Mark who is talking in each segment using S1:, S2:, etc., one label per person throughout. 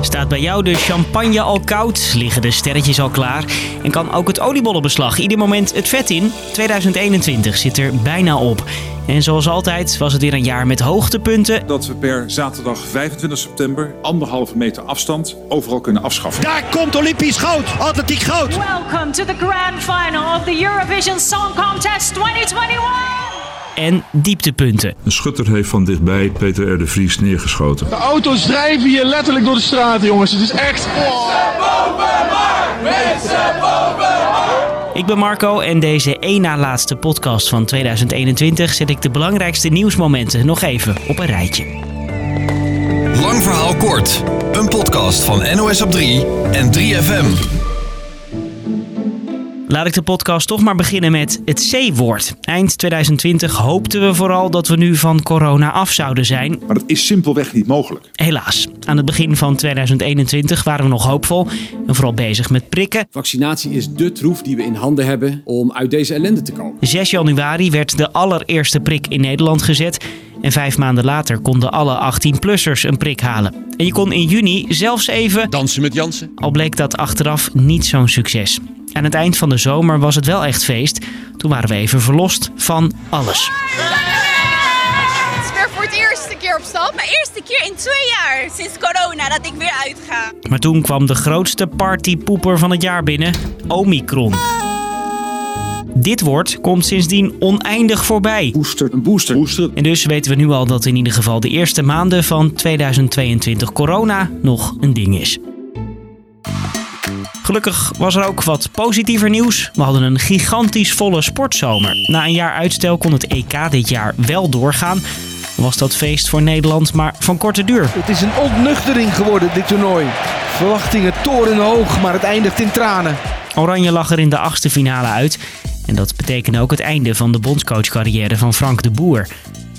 S1: Staat bij jou de champagne al koud? Liggen de sterretjes al klaar? En kan ook het oliebollenbeslag ieder moment het vet in? 2021 zit er bijna op. En zoals altijd was het weer een jaar met hoogtepunten.
S2: Dat we per zaterdag 25 september anderhalve meter afstand overal kunnen afschaffen.
S3: Daar komt Olympisch goud, atletiek goud.
S4: Welcome to the grand final of the Eurovision Song Contest 2021!
S1: En dieptepunten.
S5: Een schutter heeft van dichtbij Peter R. de Vries neergeschoten.
S6: De auto's drijven hier letterlijk door de straat, jongens. Het is echt.
S1: Ik ben Marco en deze één na laatste podcast van 2021 zet ik de belangrijkste nieuwsmomenten nog even op een rijtje.
S7: Lang verhaal kort. Een podcast van NOS op 3 en 3FM.
S1: Laat ik de podcast toch maar beginnen met het C-woord. Eind 2020 hoopten we vooral dat we nu van corona af zouden zijn.
S2: Maar dat is simpelweg niet mogelijk.
S1: Helaas, aan het begin van 2021 waren we nog hoopvol en vooral bezig met prikken.
S8: Vaccinatie is de troef die we in handen hebben om uit deze ellende te komen.
S1: 6 januari werd de allereerste prik in Nederland gezet. En vijf maanden later konden alle 18-plussers een prik halen. En je kon in juni zelfs even,
S3: Dansen met Jansen.
S1: al bleek dat achteraf niet zo'n succes. Aan het eind van de zomer was het wel echt feest. Toen waren we even verlost van alles.
S9: Het is weer voor het eerste keer op stap. Mijn eerste keer in twee jaar sinds corona dat ik weer uitga.
S1: Maar toen kwam de grootste partypoeper van het jaar binnen, Omicron. Dit woord komt sindsdien oneindig voorbij.
S2: Booster. Een booster. Booster.
S1: En dus weten we nu al dat in ieder geval de eerste maanden van 2022 corona nog een ding is. Gelukkig was er ook wat positiever nieuws. We hadden een gigantisch volle sportzomer. Na een jaar uitstel kon het EK dit jaar wel doorgaan. Was dat feest voor Nederland maar van korte duur.
S6: Het is een ontnuchtering geworden, dit toernooi. Verwachtingen torenhoog, maar het eindigt in tranen.
S1: Oranje lag er in de achtste finale uit. En dat betekende ook het einde van de bondscoachcarrière van Frank de Boer.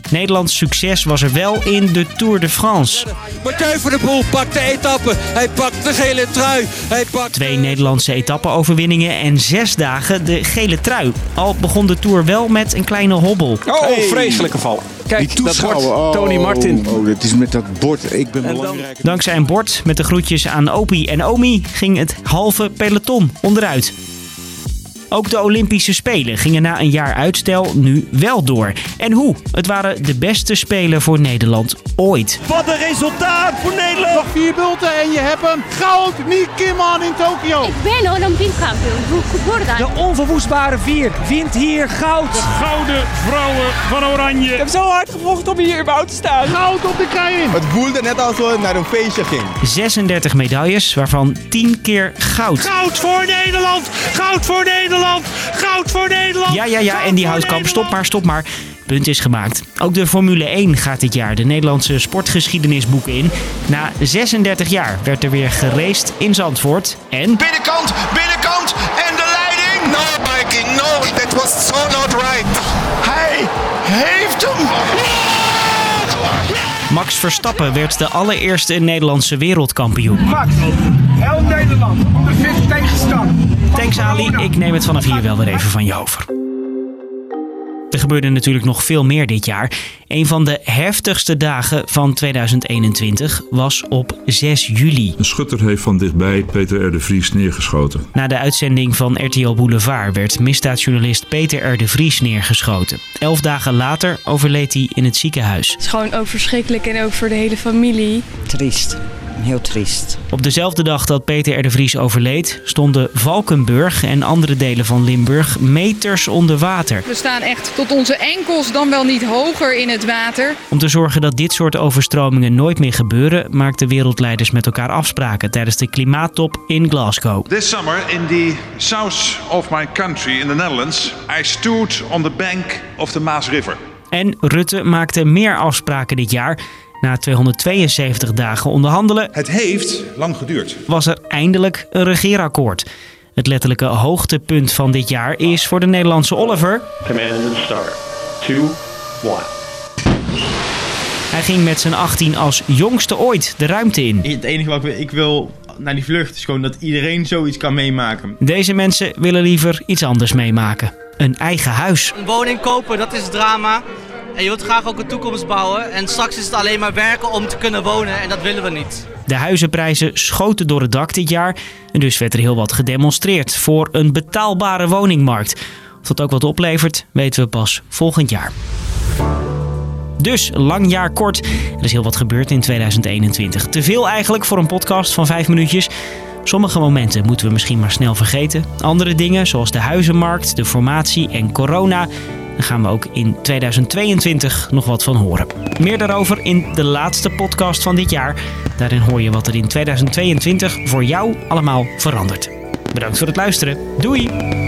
S1: Nederlands succes was er wel in de Tour de France.
S3: Mathieu van der Poel pakt de etappe. Hij pakt de gele trui. Hij pakt...
S1: Twee Nederlandse etappenoverwinningen en zes dagen de gele trui. Al begon de Tour wel met een kleine hobbel.
S3: Oh, vreselijke val. Kijk,
S10: Die toeschouwer.
S3: wordt Tony
S10: Oh,
S3: Martin.
S10: Oh, dit is met dat bord. Ik ben belangrijk.
S1: Dankzij een bord met de groetjes aan Opie en Omi ging het halve peloton onderuit. Ook de Olympische Spelen gingen na een jaar uitstel nu wel door. En hoe? Het waren de beste Spelen voor Nederland ooit.
S3: Wat een resultaat voor Nederland.
S6: Vier bulten en je hebt hem. Goud, Niek Kimman in Tokio.
S9: Ik ben Olympisch kampioen. Hoe gebeurt dat?
S3: De onverwoestbare vier wint hier goud.
S11: Gouden vrouwen van Oranje.
S3: Zo hard gevochten om hier überhaupt te staan.
S6: Goud op de kei.
S10: Het voelde net alsof het naar een feestje ging.
S1: 36 medailles, waarvan 10 keer goud.
S11: Goud voor Nederland! Goud voor Nederland! Goud voor Nederland!
S1: Ja, ja, ja, en die houtkamp, stop maar, stop maar. Punt is gemaakt. Ook de Formule 1 gaat dit jaar de Nederlandse sportgeschiedenisboeken in. Na 36 jaar werd er weer geraced in Zandvoort. En
S7: Binnenkant, binnenkant en de leiding. No, Mikey, no, that was so not right. Hij heeft hem.
S1: Max Verstappen werd de allereerste Nederlandse wereldkampioen.
S3: Max, heel Nederland. De vijfde tegenstand.
S1: Thanks Ali, ik neem het vanaf hier wel weer even van je over. Er gebeurde natuurlijk nog veel meer dit jaar. Een van de heftigste dagen van 2021 was op 6 juli.
S5: Een schutter heeft van dichtbij Peter R. de Vries neergeschoten.
S1: Na de uitzending van RTL Boulevard werd misdaadjournalist Peter R. de Vries neergeschoten. Elf dagen later overleed hij in het ziekenhuis.
S9: is gewoon ook verschrikkelijk en ook voor de hele familie.
S12: Triest. Heel triest.
S1: Op dezelfde dag dat Peter R. de Vries overleed, stonden Valkenburg en andere delen van Limburg meters onder water.
S9: We staan echt tot onze enkels, dan wel niet hoger in het water.
S1: Om te zorgen dat dit soort overstromingen nooit meer gebeuren, maakten wereldleiders met elkaar afspraken tijdens de klimaattop in Glasgow.
S2: This summer in the south of my country in the Netherlands, I stood on the bank of the Maas River.
S1: En Rutte maakte meer afspraken dit jaar. Na 272 dagen onderhandelen
S2: Het heeft lang geduurd.
S1: was er eindelijk een regeerakkoord. Het letterlijke hoogtepunt van dit jaar is voor de Nederlandse Oliver.
S11: Command and start. 2, 1.
S1: Hij ging met zijn 18 als jongste ooit de ruimte in.
S8: Het enige wat ik wil naar die vlucht is gewoon dat iedereen zoiets kan meemaken.
S1: Deze mensen willen liever iets anders meemaken. Een eigen huis.
S3: Een woning kopen, dat is drama.
S13: En je wilt graag ook een toekomst bouwen. En straks is het alleen maar werken om te kunnen wonen. En dat willen we niet.
S1: De huizenprijzen schoten door het dak dit jaar. En dus werd er heel wat gedemonstreerd voor een betaalbare woningmarkt. Of dat ook wat oplevert, weten we pas volgend jaar. Dus lang jaar kort. Er is heel wat gebeurd in 2021. Te veel eigenlijk voor een podcast van vijf minuutjes. Sommige momenten moeten we misschien maar snel vergeten. Andere dingen, zoals de huizenmarkt, de formatie en corona. Daar gaan we ook in 2022 nog wat van horen. Meer daarover in de laatste podcast van dit jaar. Daarin hoor je wat er in 2022 voor jou allemaal verandert. Bedankt voor het luisteren. Doei!